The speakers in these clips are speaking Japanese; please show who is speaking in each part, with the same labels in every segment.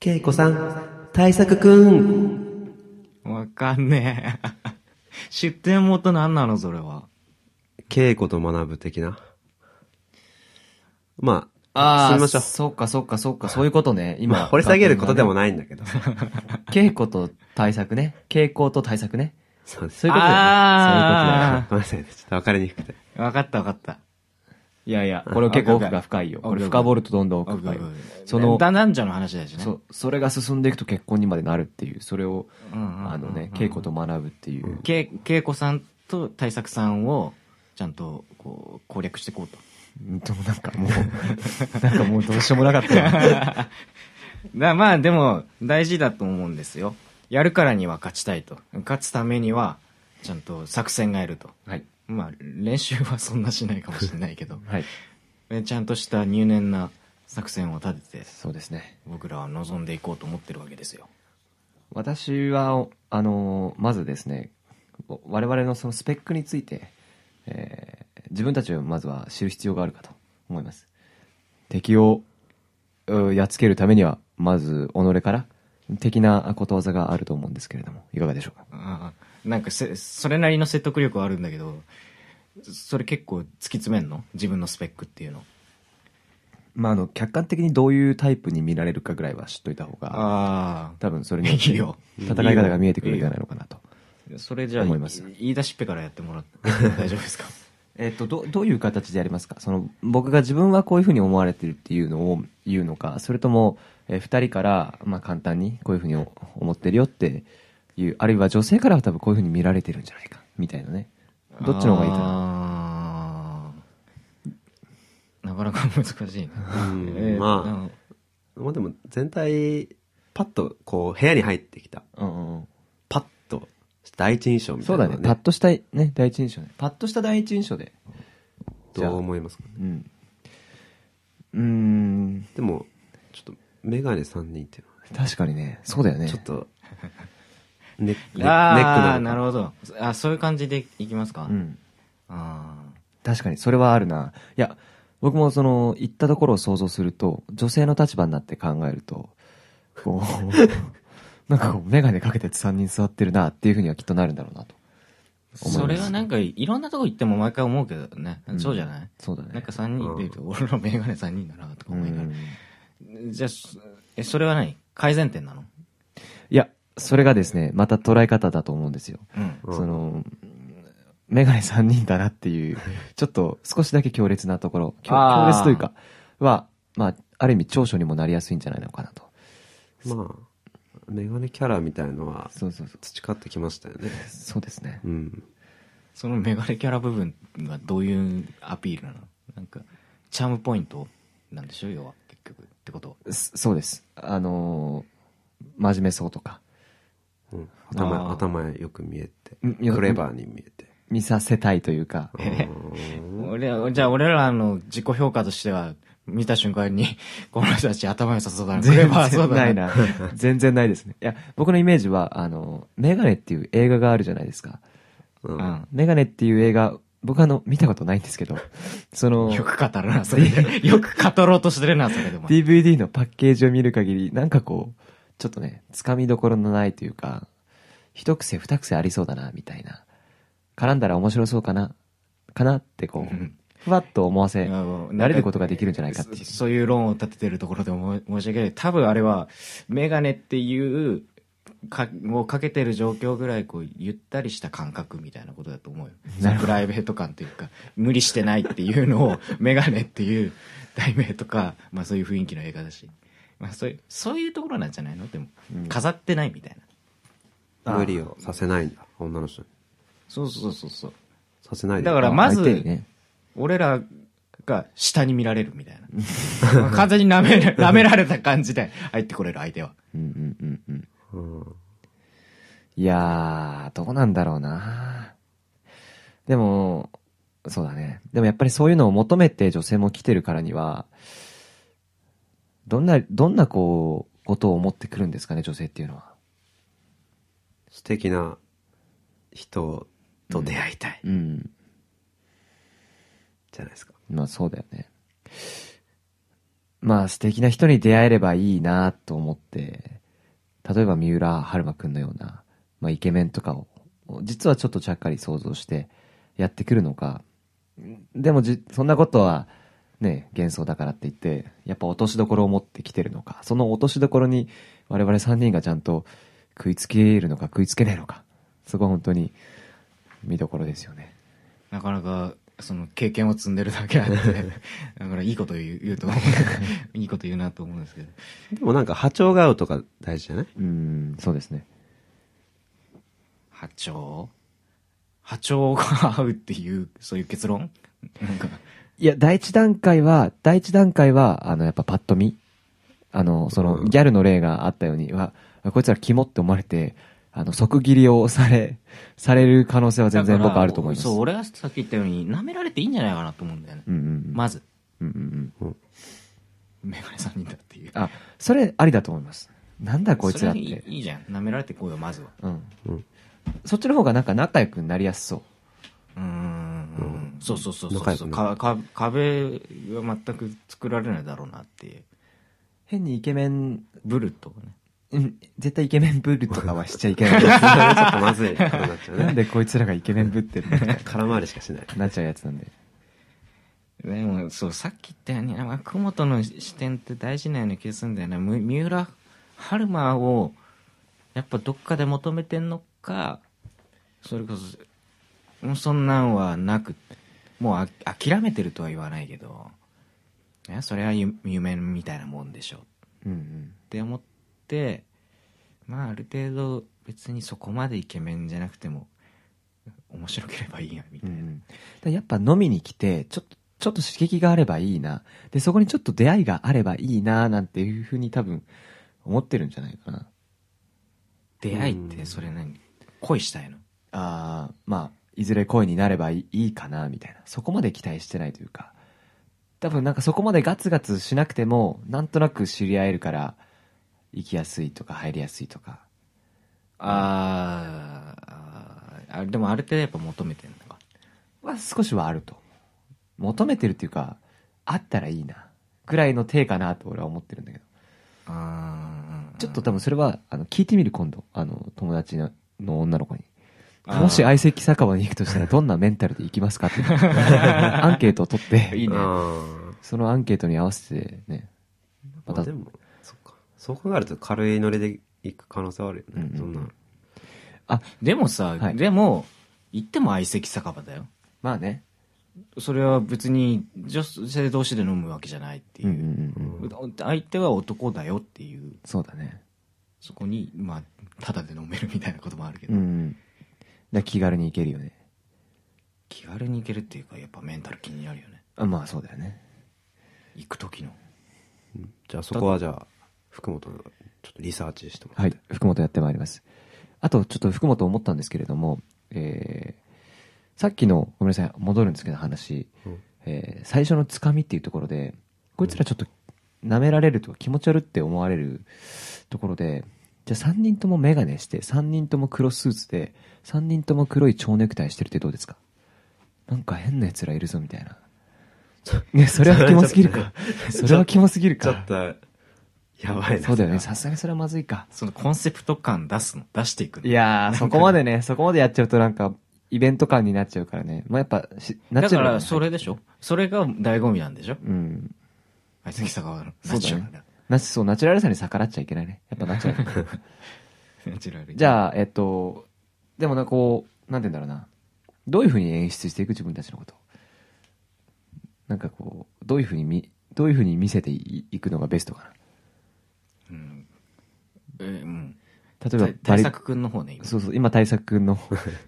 Speaker 1: けいこさん、対策くん。
Speaker 2: わかんねえ。出店元なんなのそれは。
Speaker 1: けいこと学ぶ的な。まあ、
Speaker 3: あ
Speaker 1: 進
Speaker 3: あ、
Speaker 1: みましょう。
Speaker 3: そっかそっかそっか、そういうことね。
Speaker 1: ま
Speaker 3: 今。
Speaker 1: あ、掘り下げることでもないんだけど。
Speaker 3: 稽古と対策ね。傾向と対策ね。
Speaker 1: そうです。
Speaker 3: そういうことだよね。
Speaker 2: あー
Speaker 1: ごめんなさいね。ちょっとわかりにくくて。
Speaker 2: わかったわかった。いやいや、
Speaker 3: これ結構奥が深いよ。これ深掘るとどんどん奥
Speaker 2: 奥が
Speaker 3: 深い
Speaker 2: 深い
Speaker 3: よ。。
Speaker 2: そ
Speaker 3: そ
Speaker 2: の、
Speaker 3: の
Speaker 2: だ男女の話だしね。
Speaker 3: そ。う、それが進んでいくと結婚にまでなるっていう、それを、
Speaker 2: うんうんうんうん
Speaker 3: あのね、稽古と学ぶっていう。
Speaker 2: け、けいこさんと対策さんを、ちゃんと、こう、攻略していこうと。
Speaker 3: でも なんかもう、なんかもうどうしようもなかったよ。
Speaker 2: だまあでも大事だと思うんですよやるからには勝ちたいと勝つためにはちゃんと作戦がいると
Speaker 3: はい。
Speaker 2: まあ練習はそんなしないかもしれないけ ど
Speaker 3: はい。
Speaker 2: えちゃんとした入念な作戦を立てて
Speaker 3: そうですね。
Speaker 2: 僕らは望んでいこうと思ってるわけですよ
Speaker 3: 私は、あの、まずですね、我々のそのスペックについて、えー自分たちをまずは知る必要があるかと思います。敵を、うやっつけるためには、まず、己から、的なことわざがあると思うんですけれども、いかがでしょうか
Speaker 2: ああなんかせそれなりの説得力はあるんだけどそれ結構突き詰めんの自分のスペックっていうの
Speaker 3: まあ、あの、客観的にどういうタイプに見られるかぐらいは知っといた方が、
Speaker 2: あ
Speaker 3: 多分それによって
Speaker 2: いいよ
Speaker 3: 戦い方が見えてくるんじゃないのかなと。
Speaker 2: あそれじゃあ
Speaker 3: 思います
Speaker 2: 言い出しっぺからやっても らっても大丈夫ですか
Speaker 3: えっと、ど、どういう形でやりますかその、僕が自分はこういうふうに思われてるっていうのを言うのか、それとも、えー二人から、まあ簡単にこういうふうにお思ってるよっていう、あるいは女性からは多分こういうふうに見られてるんじゃないか、みたいなね。どっちの方がいいかな。
Speaker 2: ななかなか難しいな、
Speaker 1: うん
Speaker 2: えー
Speaker 1: まあ、まあでも全体、パッと、こう、部屋に入ってきた。
Speaker 3: うんうんうん。
Speaker 1: パッと、第一印象みた
Speaker 3: そ
Speaker 1: いうな
Speaker 3: だ
Speaker 1: のは
Speaker 3: ね。パッとしたい、ね、第一印象ね。パッとした第一印象で。
Speaker 1: どう思いますか
Speaker 3: うん。うーん。
Speaker 1: でも、ちょっと、メガネ3人っていうのは
Speaker 3: 確かにね。そうだよね。
Speaker 1: ね、ちょっと、 ネック、ネック
Speaker 2: ああ
Speaker 1: な
Speaker 2: なる
Speaker 1: のか
Speaker 2: ほどあそういう感じでいきますか、
Speaker 3: うん。
Speaker 2: あ
Speaker 3: 確かに、それはあるな。いや、僕もその、言ったところを想像すると、女性の立場になって考えると、こう、なんかこう、メガネかけて3人座ってるな、っていうふうにはきっとなるんだろうなと。
Speaker 2: ーそれはなんかいろんなとこ行っても毎回思うけどね、
Speaker 3: うん
Speaker 2: そうじゃない
Speaker 3: そうだね。
Speaker 2: なんか3人でいると、俺らメガネ3人だなとか
Speaker 3: うん
Speaker 2: 思いながら、じゃあそえそれは何改善点なの
Speaker 3: いや、それがですね、また捉え方だと思うんですよ。
Speaker 2: うん
Speaker 1: うん
Speaker 3: その、メガネ3人だなっていう、ちょっと少しだけ強烈なところ、強
Speaker 2: あー
Speaker 3: 強烈というか、は、まあ、ある意味長所にもなりやすいんじゃないのかなと。
Speaker 1: まあ、メガネキャラみたいのは、
Speaker 3: そうそうそう。
Speaker 1: 培ってきましたよね。
Speaker 3: そうですね。
Speaker 1: うん。
Speaker 2: そのメガネキャラ部分はどういうアピールなのなんかチャームポイントなんでしょ要は結局ってことは
Speaker 3: そそうです。あのー真面目そうとか、
Speaker 1: うん、
Speaker 2: あ
Speaker 1: 頭
Speaker 2: ー
Speaker 1: 頭よく見えて
Speaker 3: うんよく
Speaker 1: クレバーに見え て
Speaker 3: 見させたいというか、
Speaker 1: うん
Speaker 2: 俺らじゃあ俺らの自己評価としては見た瞬間に この人たち頭良さそうだなこれはそうだ
Speaker 3: ないな。 全然ないですね。いや、僕のイメージは、あの、メガネっていう映画があるじゃないですか。
Speaker 1: うん
Speaker 2: う
Speaker 3: メガネっていう映画、僕はあの、見たことないんですけど、 その
Speaker 2: ん、よく語るなそれ でよく語ろうとしてるなそれでも
Speaker 3: DVD のパッケージを見る限り、なんかこう、ちょっとね、つかみどころのないというか、一癖二癖ありそうだな、みたいな。絡んだら面白そうかな、かなってこ
Speaker 2: うん
Speaker 3: う、ふわっと思わせ、
Speaker 2: 慣
Speaker 3: 慣れることができるんじゃないかっていう
Speaker 2: そ。そういう論を立ててるところでも申し訳ない多分あれはメガネっていうかをかけてる状況ぐらいこうゆったりした感覚みたいなことだと思うよ
Speaker 3: なる
Speaker 2: プライベート感というか無理してないっていうのをメガネっていう題名とか、まあ、そういう雰囲気の映画だし、まあ、そういうそういうところなんじゃないのでも、
Speaker 3: うん
Speaker 2: 飾ってないみたいな
Speaker 1: 無理をさせないんだ女の人に
Speaker 2: そうそうそうそう
Speaker 1: させないで
Speaker 2: だからまず
Speaker 3: 相手にね
Speaker 2: 俺らが下に見られるみたいな 完全に舐めら舐められた感じで入ってこれる相手は
Speaker 3: うんうんうんうん。
Speaker 1: うん
Speaker 3: いやー、どうなんだろうなでも、そうだね。でもやっぱりそういうのを求めて女性も来てるからには、どんな、どんなこう、ことを思ってくるんですかね、女性っていうのは。
Speaker 1: 素敵な人と出会いたい
Speaker 3: うん。
Speaker 1: じゃないですか、
Speaker 3: まあそうだよね。まあ素敵な人に出会えればいいなと思って、例えば三浦春馬くんのような、まあイケメンとかを、実はちょっとちゃっかり想像してやってくるのか、でもじ、そんなことはね、幻想だからって言って、やっぱ落としどころを持ってきてるのか、その落としどころに我々3人がちゃんと食いつけるのか食いつけないのか、そこは本当に見どころですよね。
Speaker 2: なかなか、その経験を積んでるだけあって、 だからいいこと言う言うと思う。い いこと言うなと思うんですけど。
Speaker 1: でもなんか波長が合うとか大事じゃない
Speaker 3: うん、そうですね。
Speaker 2: 波長波長が合うっていう、そういう結論なんか、
Speaker 3: いや、第一段階は、第一段階は、あの、やっぱパッと見。あの、その、
Speaker 1: うん
Speaker 3: ギャルの例があったように、は、こいつら肝って思われて、あの、即切りをされ、される可能性は全然
Speaker 2: だから
Speaker 3: 僕あると思います。
Speaker 2: そう、
Speaker 3: う
Speaker 2: 俺がさっき言ったように、舐められていいんじゃないかなと思うんだよね。
Speaker 3: んうんうん。
Speaker 2: まず、
Speaker 3: うんうんうん。
Speaker 2: メガネ3人だっていう。
Speaker 3: あ、それありだと思います。なんだこいつらっ
Speaker 2: それ
Speaker 3: て
Speaker 2: い。いいいじゃん。舐められてこうよ、まずは。
Speaker 3: うん。
Speaker 1: うん
Speaker 3: そっちの方がなんか仲良くなりやすそう。
Speaker 2: うーん。そうそうそうそ
Speaker 1: 仲
Speaker 2: う
Speaker 1: 良
Speaker 2: そ
Speaker 1: く
Speaker 2: う
Speaker 1: ね
Speaker 2: かか。壁は全く作られないだろうなっていう。
Speaker 3: 変にイケメン、
Speaker 2: ブルとかね。
Speaker 3: うん、絶対イケメンブルとかはしちゃいけな い
Speaker 1: そ。れはちょっとまずいことになっちゃう
Speaker 3: なん
Speaker 1: ね。
Speaker 3: でこいつらがイケメンぶってるの
Speaker 1: 空回りしかしない。
Speaker 3: なっちゃうやつなんで。
Speaker 2: でも、そう、さっき言ったように、なんか、熊本の視点って大事なような気がするんだよね。む三浦春馬を、やっぱどっかで求めてんのか、それこそ、もうそんなんはなく、もうあ諦めてるとは言わないけど、ね、それはゆ夢みたいなもんでしょ
Speaker 3: うんうん
Speaker 2: っ。て思ってまあある程度別にそこまでイケメンじゃなくても面白ければいいやみた
Speaker 3: う
Speaker 2: いな、
Speaker 3: ん、だからやっぱ飲みに来てちょっとちょっと刺激があればいいなでそこにちょっと出会いがあればいいななんていうふうに多分思ってるんじゃないかな
Speaker 2: 出会いってそれ何恋したいの
Speaker 3: あーまあいずれ恋になればいいいいかなみたいなそこまで期待してないというか多分なんかそこまでガツガツしなくてもなんとなく知り合えるから行きやすいとか入りやすいとか
Speaker 2: あーあーでもある程度やっぱ求めてるのか
Speaker 3: は少しはあると求めてるっていうかあったらいいなくらいの体かなと俺は思ってるんだけど
Speaker 2: あー
Speaker 3: ちょっと多分それは、あの、聞いてみる今度。あの、友達のの女の子に。
Speaker 2: あー
Speaker 3: もし相席酒場に行くとしたらどんなメンタルで行きますかっていう アンケートを取って、
Speaker 2: いいね
Speaker 1: あ
Speaker 3: そのアンケートに合わせてね、
Speaker 1: あ。ま
Speaker 3: また
Speaker 1: あでも、そっか。そう考えると軽いノリで行く可能性はあるよね
Speaker 3: う。ん
Speaker 1: そんな。
Speaker 2: でもさ、
Speaker 3: はい
Speaker 2: でも行っても相席酒場だよ
Speaker 3: まあね。
Speaker 2: それは別に女性同士で飲むわけじゃないっていうう、
Speaker 3: んうんうん。
Speaker 2: 相手は男だよっていう
Speaker 3: そうだね。
Speaker 2: そこにまあただで飲めるみたいなこともあるけど、
Speaker 3: うんうん。だから気軽に行けるよね。
Speaker 2: 気軽に行けるっていうかやっぱメンタル気になるよね
Speaker 3: あまあそうだよね。
Speaker 2: 行く時の
Speaker 1: じゃあそこはじゃあ、福本のちょっとリサーチしてもら
Speaker 3: は
Speaker 1: っ
Speaker 3: い
Speaker 1: て。。
Speaker 3: 福本やってまいります。あと、ちょっと福本思ったんですけれども、えー、さっきの、ごめんなさい、戻るんですけど話、
Speaker 1: うん
Speaker 3: えー最初のつかみっていうところで、こいつらちょっと舐められるとか気持ち悪って思われるところで、じゃあ3人ともメガネして、3人とも黒スーツで、3人とも黒い蝶ネクタイしてるってどうですかなんか変な奴らいるぞみた いな。ね、それはキモすぎるか。それはキモすぎる
Speaker 1: ちょ
Speaker 3: か
Speaker 1: っ。と、やばいな。
Speaker 3: そうだよね。さすがにそれはまずいか。
Speaker 2: そのコンセプト感出すの出していくの
Speaker 3: いやー、そこまでね、そこまでやっちゃうとなんか、イベント感になっちゃうからね。まあ、やっぱし、ナ
Speaker 2: だ
Speaker 3: チュ
Speaker 2: か
Speaker 3: ラル
Speaker 2: らそれでしょそれが醍醐味なんでしょ
Speaker 3: うん。
Speaker 2: 相席酒場の
Speaker 3: そ
Speaker 2: ナ
Speaker 3: うだ
Speaker 2: チュ
Speaker 3: ね
Speaker 2: ラルだ
Speaker 3: なそう、ナチュラルさに逆らっちゃいけないね。やっぱナチュラル。
Speaker 2: ナチュラル
Speaker 3: じゃあ、えっと、でもな、こう、なんて言うんだろうな。どういうふうに演出していく自分たちのこと。なんかこう、どういうふうに見、どういうふうに見せていいくのがベストかな。
Speaker 2: うん、えーうん、
Speaker 3: 例えば
Speaker 2: た、対策くんの方ね今
Speaker 3: そうそう、今対策 くんの、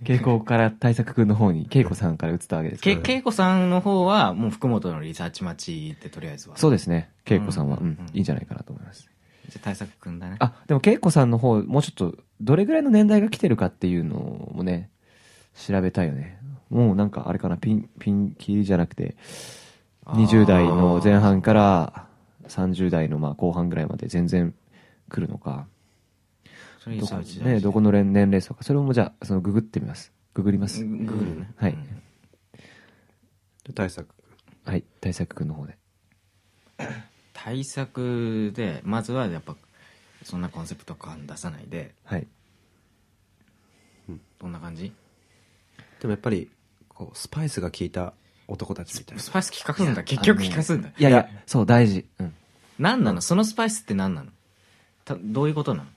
Speaker 3: 稽古から対策くんの方に、稽古さんから移ったわけですけ
Speaker 2: け
Speaker 3: ど。
Speaker 2: 恵子さんの方はもう福本のリサーチ待ちってとりあえずは
Speaker 3: そうですね。稽古さんは、
Speaker 2: う
Speaker 3: うんん、
Speaker 2: うんうん
Speaker 3: いいんじゃないかなと思います。
Speaker 2: じゃあ対策くんだね
Speaker 3: あ、でも、恵子さんの方、もうちょっと、どれぐらいの年代が来てるかっていうのもね、調べたいよね。もうなんか、あれかな、ピン、ピンキリじゃなくて、20代の前半から30代のまあ後半ぐらいまで全然来るのか、
Speaker 2: それリ
Speaker 3: ど
Speaker 2: サ
Speaker 3: こ,、
Speaker 2: ーチ
Speaker 3: ね、どこの年年齢層か、それもじゃあ、そのググってみます。ググります。
Speaker 2: ググるね
Speaker 3: はい。
Speaker 1: 対策。
Speaker 3: はい、対策君の方で。
Speaker 2: 対策でまずはやっぱそんなコンセプト感出さないで
Speaker 3: はい。
Speaker 2: どんな感じ
Speaker 1: でもやっぱりこうスパイスが効いた男たちみたいな
Speaker 2: スパイス効かすんだ結局効かすんだ
Speaker 3: いやいや、そう、大事。うん。
Speaker 2: 何なのそのスパイスって何なのたどういうことなの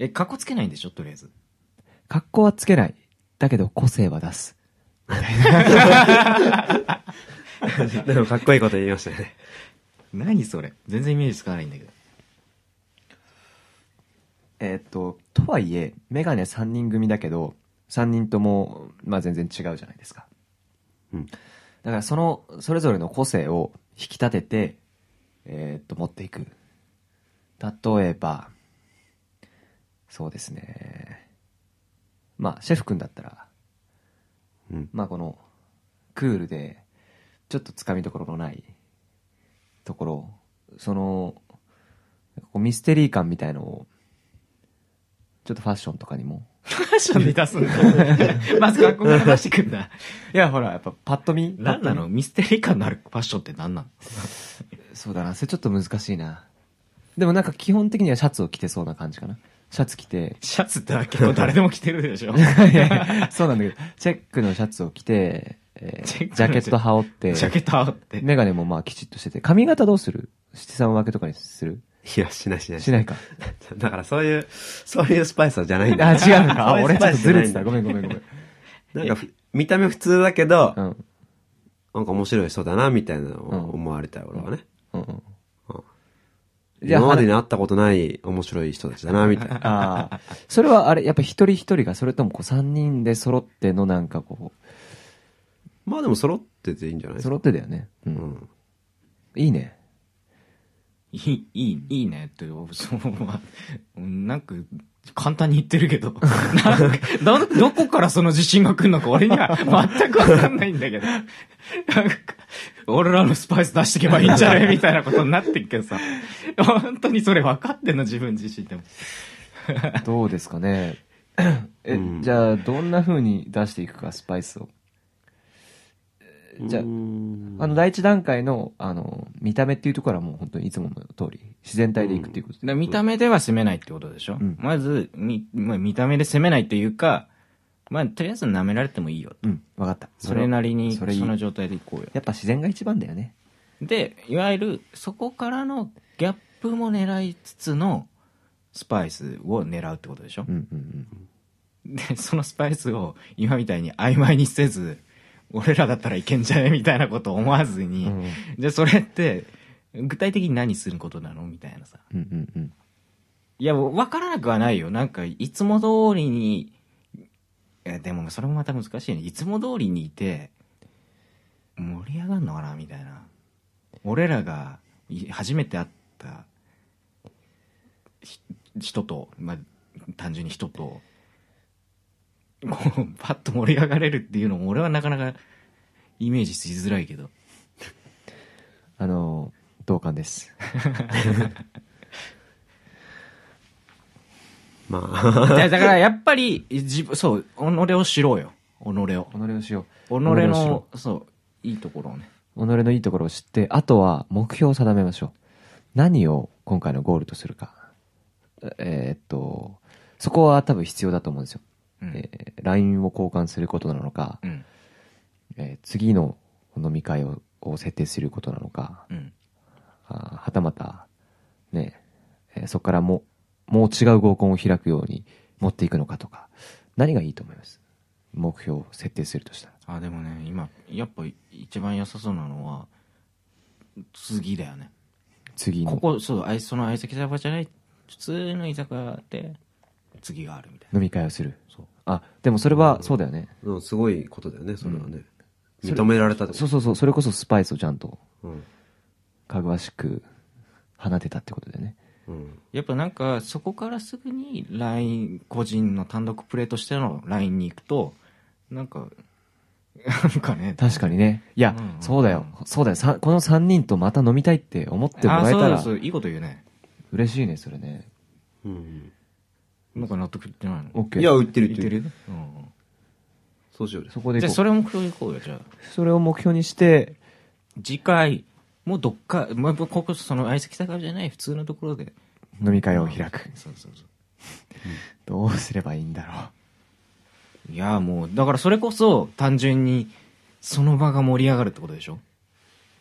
Speaker 2: えかっこつけないんでしょとりあえず
Speaker 3: 格好はつけない。だけど、個性は出す。
Speaker 1: でもかっこいいこと言いましたね
Speaker 2: 何それ全然イメージつかないんだけど
Speaker 3: えーっと、とはいえ、メガネ3人組だけど、3人とも、まあ全然違うじゃないですか。
Speaker 1: うん
Speaker 3: だからその、それぞれの個性を引き立てて、えーっと、持っていく。例えば、そうですね。まあ、シェフ君だったら、
Speaker 1: うん
Speaker 3: まあこの、クールで、ちょっとつかみどころのないところ、その、こうミステリー感みたいのを、ちょっとファッションとかにも。
Speaker 2: ファッションで出すんだ まず学校から出してくんだ
Speaker 3: いや、ほら、やっぱパッと見
Speaker 2: 何なのミステリー感のあるファッションって何なの、
Speaker 3: そうだな、それちょっと難しいな。でもなんか基本的にはシャツを着てそうな感じかな。シャツ着て
Speaker 2: シャツって結構誰でも着てるでし ょ
Speaker 3: いやいやそうなんだけど、チェックのシャツを着て、えー
Speaker 2: チェックのシ
Speaker 3: ジ
Speaker 2: ャ
Speaker 3: ャ
Speaker 2: ツ
Speaker 3: ケット羽織って、
Speaker 2: ジャケット羽織って
Speaker 3: メガネもまあきちっとしてて、髪型どうする七三分けとかにする
Speaker 1: いやしないしない
Speaker 3: しないか。
Speaker 1: だからそういうそういうスパイスじゃないん
Speaker 3: あ、
Speaker 1: だ
Speaker 3: 違うのか。あ、
Speaker 1: そうい
Speaker 3: 俺
Speaker 1: うス
Speaker 3: ちょ
Speaker 1: パ
Speaker 3: っ
Speaker 1: イ
Speaker 3: と
Speaker 1: スじゃない
Speaker 3: ずれて
Speaker 1: んだ
Speaker 3: た。ごめんごめんごめん。
Speaker 1: なんかふ見た目普通だけど、
Speaker 3: うん。うん
Speaker 1: なんか面白い人だなみたいなのを思われたい俺はね、
Speaker 3: うん。じゃあ
Speaker 1: 今までに会ったことない面白い人たちだな みたいな
Speaker 3: ああ。それはあれ、やっぱ一人一人が、それともこう三人で揃ってのなんかこ、
Speaker 1: まあでも揃ってていいんじゃないうですか
Speaker 3: 揃ってだよね。う。
Speaker 1: うんん
Speaker 3: いいね。
Speaker 2: いい、いい、いいねって、そう、まあ、なんか、簡単に言ってるけど、なんかど、どこからその自信が来るのか俺には全くわかんないんだけど、なんか、俺らのスパイス出してけばいいんじゃないみたいなことになってっけどさ、本当にそれ分かってんの自分自身でも。
Speaker 3: どうですかね。え、
Speaker 1: うん
Speaker 3: じゃあ、どんな風に出していくか、スパイスを。じゃあ
Speaker 1: うーん
Speaker 3: あの、第一段階の、あの、見た目っていうところはもう本当にいつもの通り、自然体でいくっていうことで。
Speaker 2: だから見た目では攻めないってことでしょ、
Speaker 3: うん
Speaker 2: まず、み、まあ、見た目で攻めないというか、まあ、とりあえず舐められてもいいよ。
Speaker 3: うん、わかった。
Speaker 2: それなりに、そ
Speaker 3: それいい
Speaker 2: の状態でいこうよ。
Speaker 3: やっぱ自然が一番だよね。
Speaker 2: でいわゆるそこからのギャップも狙いつつのスパイスを狙うってことでしょ
Speaker 3: う、んうん
Speaker 2: でそのスパイスを今みたいに曖昧にせず俺らだったらいけんじゃねみたいなことを思わず
Speaker 3: うん。
Speaker 2: に、
Speaker 3: うん
Speaker 2: じゃあそれって具体的に何することなのみたいなさ
Speaker 3: うんうんうん。
Speaker 2: いや分からなくはないよなんかいつも通りにいやでもそれもまた難しいねいつも通りにいて盛り上がるのかなみたいな俺らがい初めて会ったひ人と、まあ、単純に人とこうパッと盛り上がれるっていうのも俺はなかなかイメージしづらいけど
Speaker 3: あの、同感です。
Speaker 1: まあ
Speaker 2: いやだからやっぱり自分そう己を知ろうよ己を
Speaker 3: 己をしよ
Speaker 2: 己
Speaker 3: を知ろ
Speaker 2: のそういいところをね
Speaker 3: う。己のいいところを知って、あとは目標を定めましょう。何を今回のゴールとするか。えーっと、そこは多分必要だと思うんですよ。
Speaker 2: うん
Speaker 3: えー LINE を交換することなのか、
Speaker 2: うん
Speaker 3: えー次の飲み会をを設定することなのか、
Speaker 2: うん
Speaker 3: あーはたまた、ね、えーそこからも、もう違う合コンを開くように持っていくのかとか、何がいいと思います目標を設定するとしたら。
Speaker 2: あでもね今やっぱ一番良さそうなのは次だよね
Speaker 3: 次
Speaker 2: こ
Speaker 3: の
Speaker 2: こそうあいその相席酒場じゃない普通の居酒屋で次があるみたい
Speaker 3: 飲み会をする
Speaker 2: そう。
Speaker 3: あ、でもそれはそうだよね。
Speaker 1: でもすごいことだよねそれはね、
Speaker 3: うん
Speaker 1: 認められたってこと
Speaker 3: そうそうそう、それこそスパイスをちゃんと、
Speaker 1: うん
Speaker 3: かぐわしく放てたってことだよね。
Speaker 1: うん
Speaker 2: なやっぱなんかそこからすぐに LINE 個人の単独プレーとしての LINE に行くとなんか なんかね
Speaker 3: 確かにね。いや、
Speaker 2: うんうんうん
Speaker 3: そうだよ。そうだよ。さこの3人とまた飲みたいって思ってもらえた
Speaker 2: あ
Speaker 3: ら
Speaker 2: そう、そういいこと言うね
Speaker 3: 嬉しいね、それね。
Speaker 1: うん
Speaker 2: なんか納得いってないの
Speaker 3: OK。
Speaker 1: いや売ってる売
Speaker 2: 言
Speaker 1: っ
Speaker 2: ってて
Speaker 1: る
Speaker 2: る、うん
Speaker 1: そうしようよ
Speaker 3: そこで
Speaker 2: じゃあ
Speaker 3: こ
Speaker 2: それを目標に行こうよじゃあ
Speaker 3: うそれを目標にして、
Speaker 2: 次回もうどっか、まあ、ここその相席酒場じゃない普通のところで
Speaker 3: 飲み会を開く。
Speaker 2: そうそうそう
Speaker 3: どうすればいいんだろ
Speaker 2: いやもうだからそれこそ単純にその場が盛り上がるってことでしょ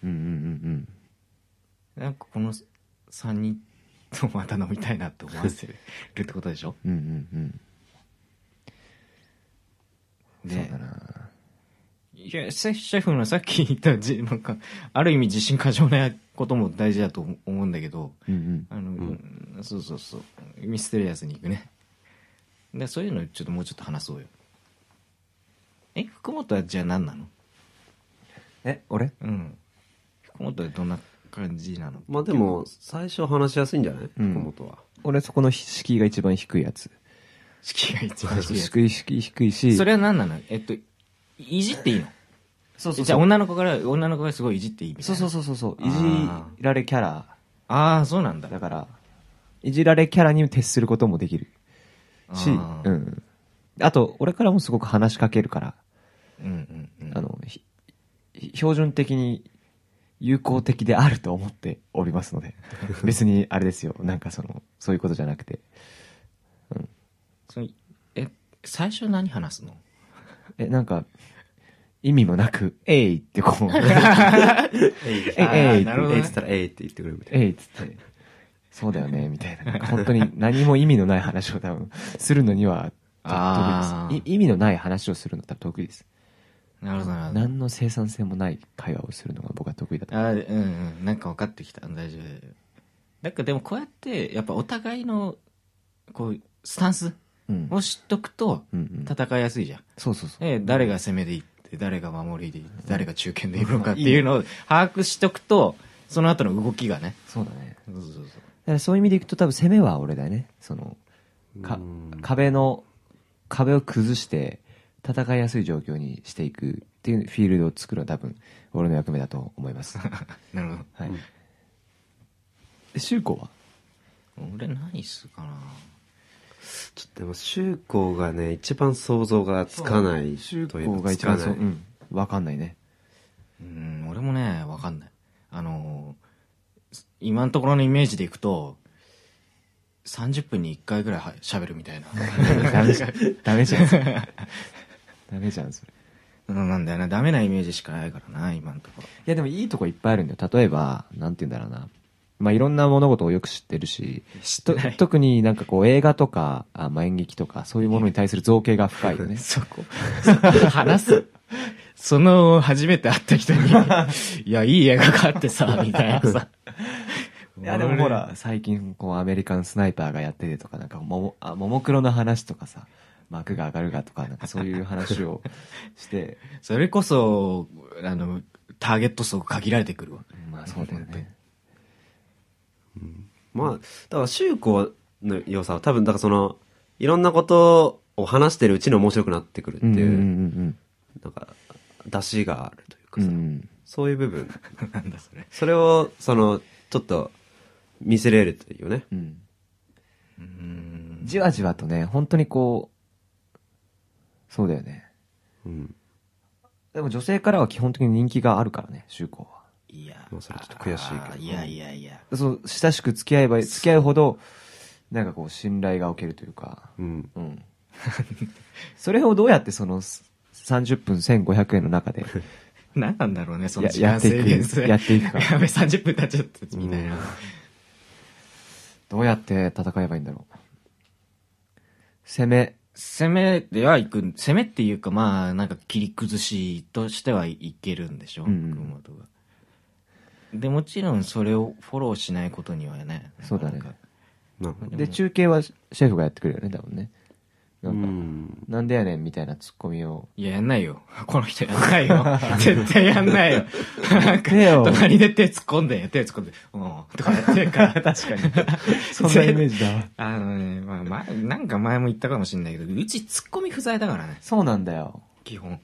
Speaker 3: う。うんうんうん
Speaker 2: なんかこの3人とまた飲みたいなって思わせるるってことでしょ
Speaker 3: うん。うんうんうん。そう
Speaker 2: で
Speaker 3: だな。
Speaker 2: いやシェフシェフのさっき言ったじなんかある意味自信過剰なことも大事だと思思うんだけど
Speaker 3: うんうん。
Speaker 2: あの、うんそうそうそうミステリアスに行くねでそういうのちょっともうちょっと話そうよえ福本はじゃあ何なの
Speaker 3: え、俺
Speaker 2: うん福本はどんな感じなの
Speaker 1: まあでも、最初話しやすいんじゃない
Speaker 3: うん
Speaker 1: 福本は。
Speaker 3: 俺そこの敷居が一番低いやつ。
Speaker 2: 式が一番低いやつ
Speaker 3: 低い、敷居低いし。
Speaker 2: それは何なのえっといじっていいの
Speaker 3: そう
Speaker 2: じゃあ女の子から女の子がすごいいじっていいみたい
Speaker 3: そ
Speaker 2: な
Speaker 3: うそうそうそうそう。いじ
Speaker 2: あー
Speaker 3: られキャラ
Speaker 2: ああそうなんだ
Speaker 3: だから、いじられキャラに徹することもできるし、
Speaker 2: あー
Speaker 3: うん。あと、俺からもすごく話しかけるから、
Speaker 2: うんうんうん
Speaker 3: あの、ひひ標準的に友好的であると思っております ので、別にあれですよ、なんかその、そういうことじゃなくて、
Speaker 2: そのえ最初何話すの
Speaker 3: え、なんか、意味もなく、えいってこ う、
Speaker 1: え
Speaker 3: えい、えい、
Speaker 2: な
Speaker 1: な
Speaker 2: る
Speaker 1: る
Speaker 2: ほ
Speaker 1: ほど。
Speaker 2: ど
Speaker 1: えい
Speaker 2: ね
Speaker 1: っつったら、えいって言ってくれるみたい
Speaker 3: えいっつって、そうだよね、みたいな。なんか本当に何も意味のない話を多分、するのには、と
Speaker 2: あー
Speaker 3: 得意ですい。意味のない話をするのは得意です。
Speaker 2: なるほどなるほど
Speaker 3: 何の生産性もない会話をするのが僕は得意だと。
Speaker 2: あーうんうんなんか分かってきた大丈夫なんかでもこうやってやっぱお互いのこうスタンス
Speaker 3: うん。
Speaker 2: を知っとくと
Speaker 3: うんうん、
Speaker 2: 戦いやすいじゃん、
Speaker 3: そうそうそう。
Speaker 2: え誰が攻めでいって誰が守りでいって誰が中堅でいるのかっていうのを把握しとくとその後の動きがね
Speaker 3: そうだね。
Speaker 2: そうそうそう
Speaker 3: だからそういう意味でいくと多分攻めは俺だよね。その、
Speaker 1: な。
Speaker 3: か
Speaker 1: うん、
Speaker 3: 壁の、壁を崩して、戦いやすい状況にしていくっていうフィールドを作るのは多分、俺の役目だと思います。は
Speaker 2: なるほど
Speaker 3: い。え、修子は
Speaker 2: 俺何すかな
Speaker 1: ちょっとでも、修行がね、一番想像がつかないとい
Speaker 3: こ
Speaker 1: う
Speaker 3: う
Speaker 1: か、
Speaker 3: が
Speaker 1: つ
Speaker 3: 一
Speaker 1: か
Speaker 3: 番そ
Speaker 1: な
Speaker 3: う、う
Speaker 1: い。
Speaker 3: ん。わかんないね。
Speaker 2: うん俺もね分かんないあのー今のところのイメージでいくと30分に1回ぐらいは喋るみたいな
Speaker 3: ダメじゃん。ダメじゃん。それダメじゃん、それ。
Speaker 2: うんなんだよなダメなイメージしかないからな今のところ
Speaker 3: いやでもいいとこいっぱいあるんだよ。例えば、なんて言うんだろうな。まあ、いろんな物事をよく知ってるし、
Speaker 2: 知
Speaker 3: と
Speaker 2: ない
Speaker 3: 特になんかこう映画とか、あまあ、演劇とか、そういうものに対する造形が深いよね。
Speaker 2: そこそこ話すその初めて会った人 に「いやいい映画があってさ」みたいなさ
Speaker 3: いやでもほら、最近こうアメリカンスナイパーがやっててとか、なんかもも、あ、ももクロの話とかさ、幕が上がるがとか、なんかそういう話をして、
Speaker 2: それこそあのターゲット層限られてくるわ
Speaker 3: まあそうだよね。
Speaker 1: まあ、だから修行の良さは多分、だからその、いろんなことを話してるうちに面白くなってくるって
Speaker 3: うんうんう
Speaker 1: い
Speaker 3: ん
Speaker 1: う、なんか、出しがあるという
Speaker 3: う
Speaker 1: か
Speaker 3: ん。う
Speaker 1: さ、
Speaker 3: ん。
Speaker 1: そういう部分。
Speaker 2: なんだそれ
Speaker 1: それを、その、ちょっと、見せれるというよね。
Speaker 3: うん。
Speaker 2: うん
Speaker 3: じわじわとね、本当にこう、そうだよね。
Speaker 1: うん。
Speaker 3: でも女性からは基本的に人気があるからね、修子は。
Speaker 2: いや
Speaker 1: まあそれちょっと悔しいけど
Speaker 2: あーいやいやいや
Speaker 3: そう、親しく付き合えば、付き合うほど、なんかこう、信頼がおけるというか、
Speaker 1: うん。
Speaker 3: うん。それをどうやってその、す30分1500円の中で、
Speaker 2: 何なんだろうねその
Speaker 3: や
Speaker 2: 時間制限する
Speaker 3: やっていく か
Speaker 2: やべ30分経っちゃったみたいな、
Speaker 1: うん
Speaker 3: どうやって戦えばいいんだろう。攻め、
Speaker 2: 攻めではいくん攻めっていうかまあなんか切り崩しとしてはいけるんでしょ、
Speaker 3: うんうん
Speaker 2: 熊本がでもちろんそれをフォローしないことにはね
Speaker 3: そうだね
Speaker 2: なかなか
Speaker 1: なるほど。
Speaker 3: で、中継はシェフがやってくれるよね、多分ね。な
Speaker 1: うん
Speaker 3: か、
Speaker 1: ん。
Speaker 3: なんでやねんみたいなツッコミを。
Speaker 2: いややんないよ この人やんないよ 絶対やんないよなんか
Speaker 3: ねえよ
Speaker 2: 隣で手突っ込んで手突っ込んでうんとかやってるから 確かに
Speaker 3: そんなイメージだわ。
Speaker 2: あのね、まあ、前、なんか前も言ったかもしれないけど、うちツッコミ不在だからね、
Speaker 3: そうなんだよ。
Speaker 2: 基本。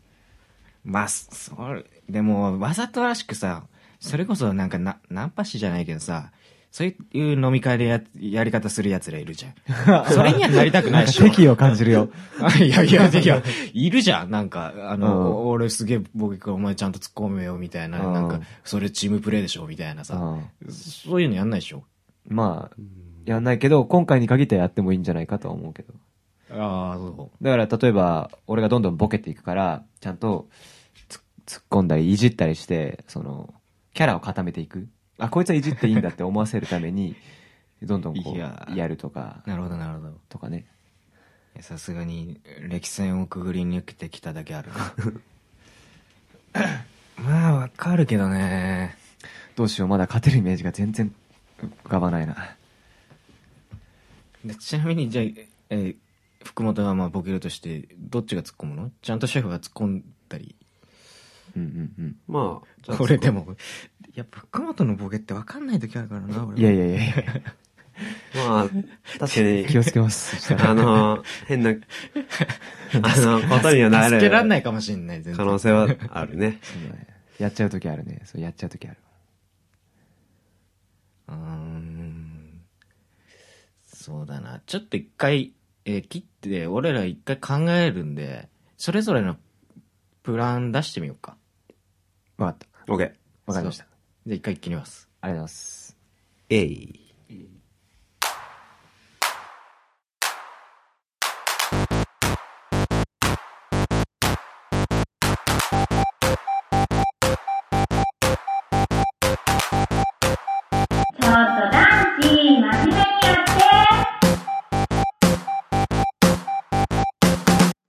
Speaker 2: まあ、そそれ、でも、わざとらしくさ、それこそなんかな、ナンパ師じゃないけどさ、そういう飲み会でや、やり方する奴らいるじゃん。それにはなりたくないでしょ。
Speaker 3: 敵意を感じるよ。
Speaker 2: あいやいやいや、いるじゃん。なんか、あの、
Speaker 3: う
Speaker 2: 俺すげえボケ君お前ちゃんと突っ込めよみたいな、
Speaker 3: うん
Speaker 2: なんか、それチームプレーでしょみたいなさ、
Speaker 3: うん
Speaker 2: そういうのやんないでしょ。
Speaker 3: まあ、やんないけど、今回に限ってはやってもいいんじゃないかとは思うけど。
Speaker 2: ああ、そ
Speaker 3: だから、例えば、俺がどんどんボケていくから、ちゃんとつ突っ込んだり、いじったりして、その、キャラを固めていく。あ、こいつはいじっていいんだって思わせるた めに、どんどんこ
Speaker 2: いや
Speaker 3: う、やるとか
Speaker 2: う。、なるほど、なるほど。い
Speaker 3: とかね。
Speaker 2: やさすがに、歴戦をくぐり抜けてきただけあるな。まあ、わかるけどね。
Speaker 3: どうしよう、まだ勝てるイメージが全然浮かばないな。
Speaker 2: でちなみに、じゃあ、えー福本はまあボケるとして、どっちが突っ込むのちゃんとシェフが突っ込んだり。
Speaker 3: うんうん
Speaker 1: まあ、じゃあ
Speaker 2: これでも、やっぱ福本のボケってわかんない時あるからな、
Speaker 3: う
Speaker 2: 俺
Speaker 3: ん。いやいやいやい
Speaker 1: まあ、確かに
Speaker 3: や、気をつけます。そしたら
Speaker 1: あの、変な、あの、ことにはな
Speaker 2: 助けらんな
Speaker 1: る
Speaker 2: いかもしんない、全
Speaker 1: 可
Speaker 2: 然。
Speaker 1: 能性はあるね。
Speaker 3: そうだねやっちゃうときあるね。そう、やっちゃうときある。
Speaker 2: うーん。そうだな。ちょっと一回、えー切って、俺ら一回考えるんで、それぞれのプラン出してみようか。
Speaker 3: わかった。
Speaker 1: オッケー。
Speaker 3: わかりました。
Speaker 2: じゃあ一回切ります。
Speaker 3: ありがとうございます。
Speaker 1: えい。
Speaker 4: ただ